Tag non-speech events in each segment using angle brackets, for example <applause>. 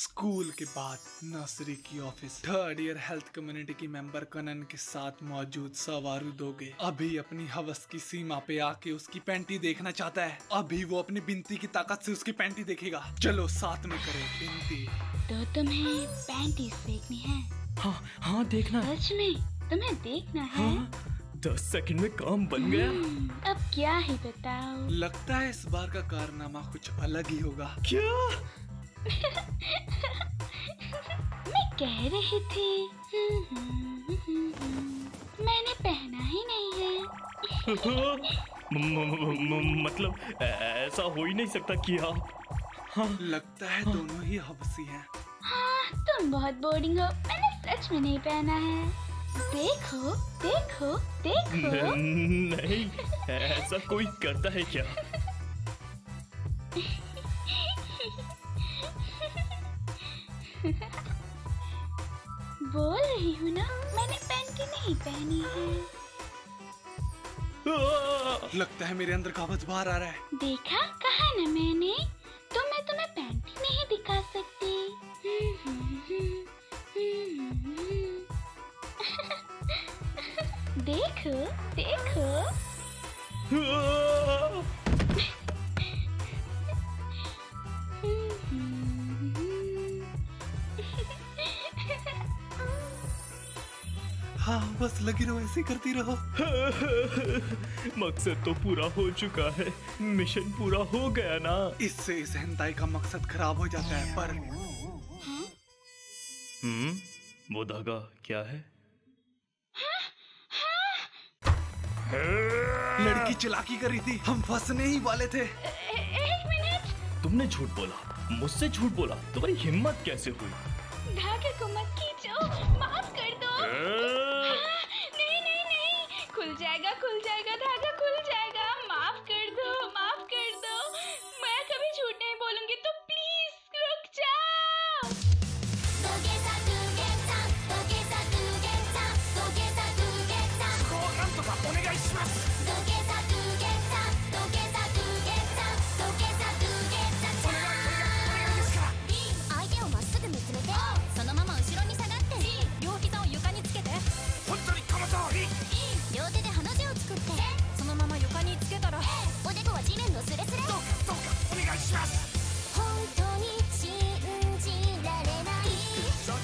School के बाद nursery की office third year health community की मेंबर कनन के साथ मौजूद सवारू दोगे अभी अपनी हवस की सीमा पे आके उसकी पैंटी देखना चाहता है अभी वो अपनी बिनती की ताकत से उसकी पैंटी देखेगा चलो साथ में करें बिनती तो तुम्हें पैंटीज देखनी है हाँ हाँ देखना है सच में तुम्हें देखना है हाँ दस सेकंड में काम बन गया हम्म, अब क्या ही बताओ लगता है इस बार का कारनामा कुछ अलग ही होगा क्या मैं कह रही थी हम्म, हम्म, हम्म, हम्म, मैंने पहना ही नहीं है म- म- म- मतलब ऐसा हो ही नहीं सकता कि आप लगता हाँ। है दोनों ही हवसी हैं हाँ तुम बहुत बोरिंग हो मैंने सच में नहीं पहना है देखो देखो देखो <laughs> न- नहीं ऐसा कोई करता है क्या बोल रही हूँ ना मैंने पैंटी नहीं पहनी है आ, लगता है मेरे अंदर का आवाज बाहर आ रहा है देखा कहा ना मैंने तो मैं तुम्हें पैंटी नहीं दिखा सकती <laughs> हम्म, हम्म, हम्म, हम्म, हम्म। देखो देखो <laughs> आ, हम्म, हम्म, हम्म। हाँ बस लगी रहो ऐसे ही करती रहो मकसद तो पूरा हो चुका है मिशन पूरा हो गया ना इससे इस हेंताई का मकसद खराब हो जाता है पर हम्म वो धागा क्या है लड़की चलाकी करी थी हम फंसने ही वाले थे ए- एक मिनट तुमने झूठ बोला मुझसे झूठ बोला तुम्हारी हिम्मत कैसे हुई धागे को मत खींचो माफ कर दो आ, नहीं नहीं नहीं खुल जाएगा खुल जाएगा धागा खुल जाएगा माफ कर दो माफ कर दो मैं कभी झूठ नहीं बोलूंगी तो प्लीज रुक जाओ 土下座土下座土下座土下座土下座土下座土なんとかお願いします下座土下座土下座土下座土下座土下座相手をまっすぐ見つめてそのまま後ろに下がって両膝を床につけて本当にこの通り両手でハの字を作ってそのまま床につけたらおでこは地面のスレスレどうかお願いします本当に信じられない土下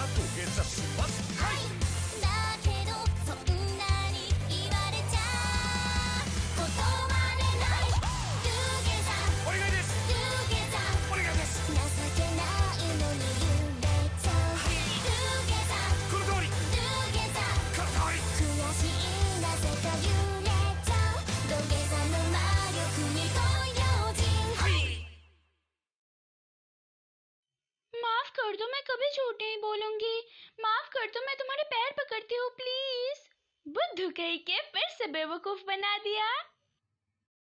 座土下座しますはい「だけどそんなに言われちゃ断れない」「ルゲザお願いですルゲザ」お願いです「情けないのに揺れちゃう」「ルゲザこの通りルゲザ」この通り「悔しいなぜか揺れちゃう」「土下座の魔力に東洋人」はい माफ कर दो मैं कभी झूठ नहीं बोलूंगी माफ कर दो मैं तुम्हारे पैर पकड़ती हूँ प्लीज बुद्धू कही के फिर से बेवकूफ बना दिया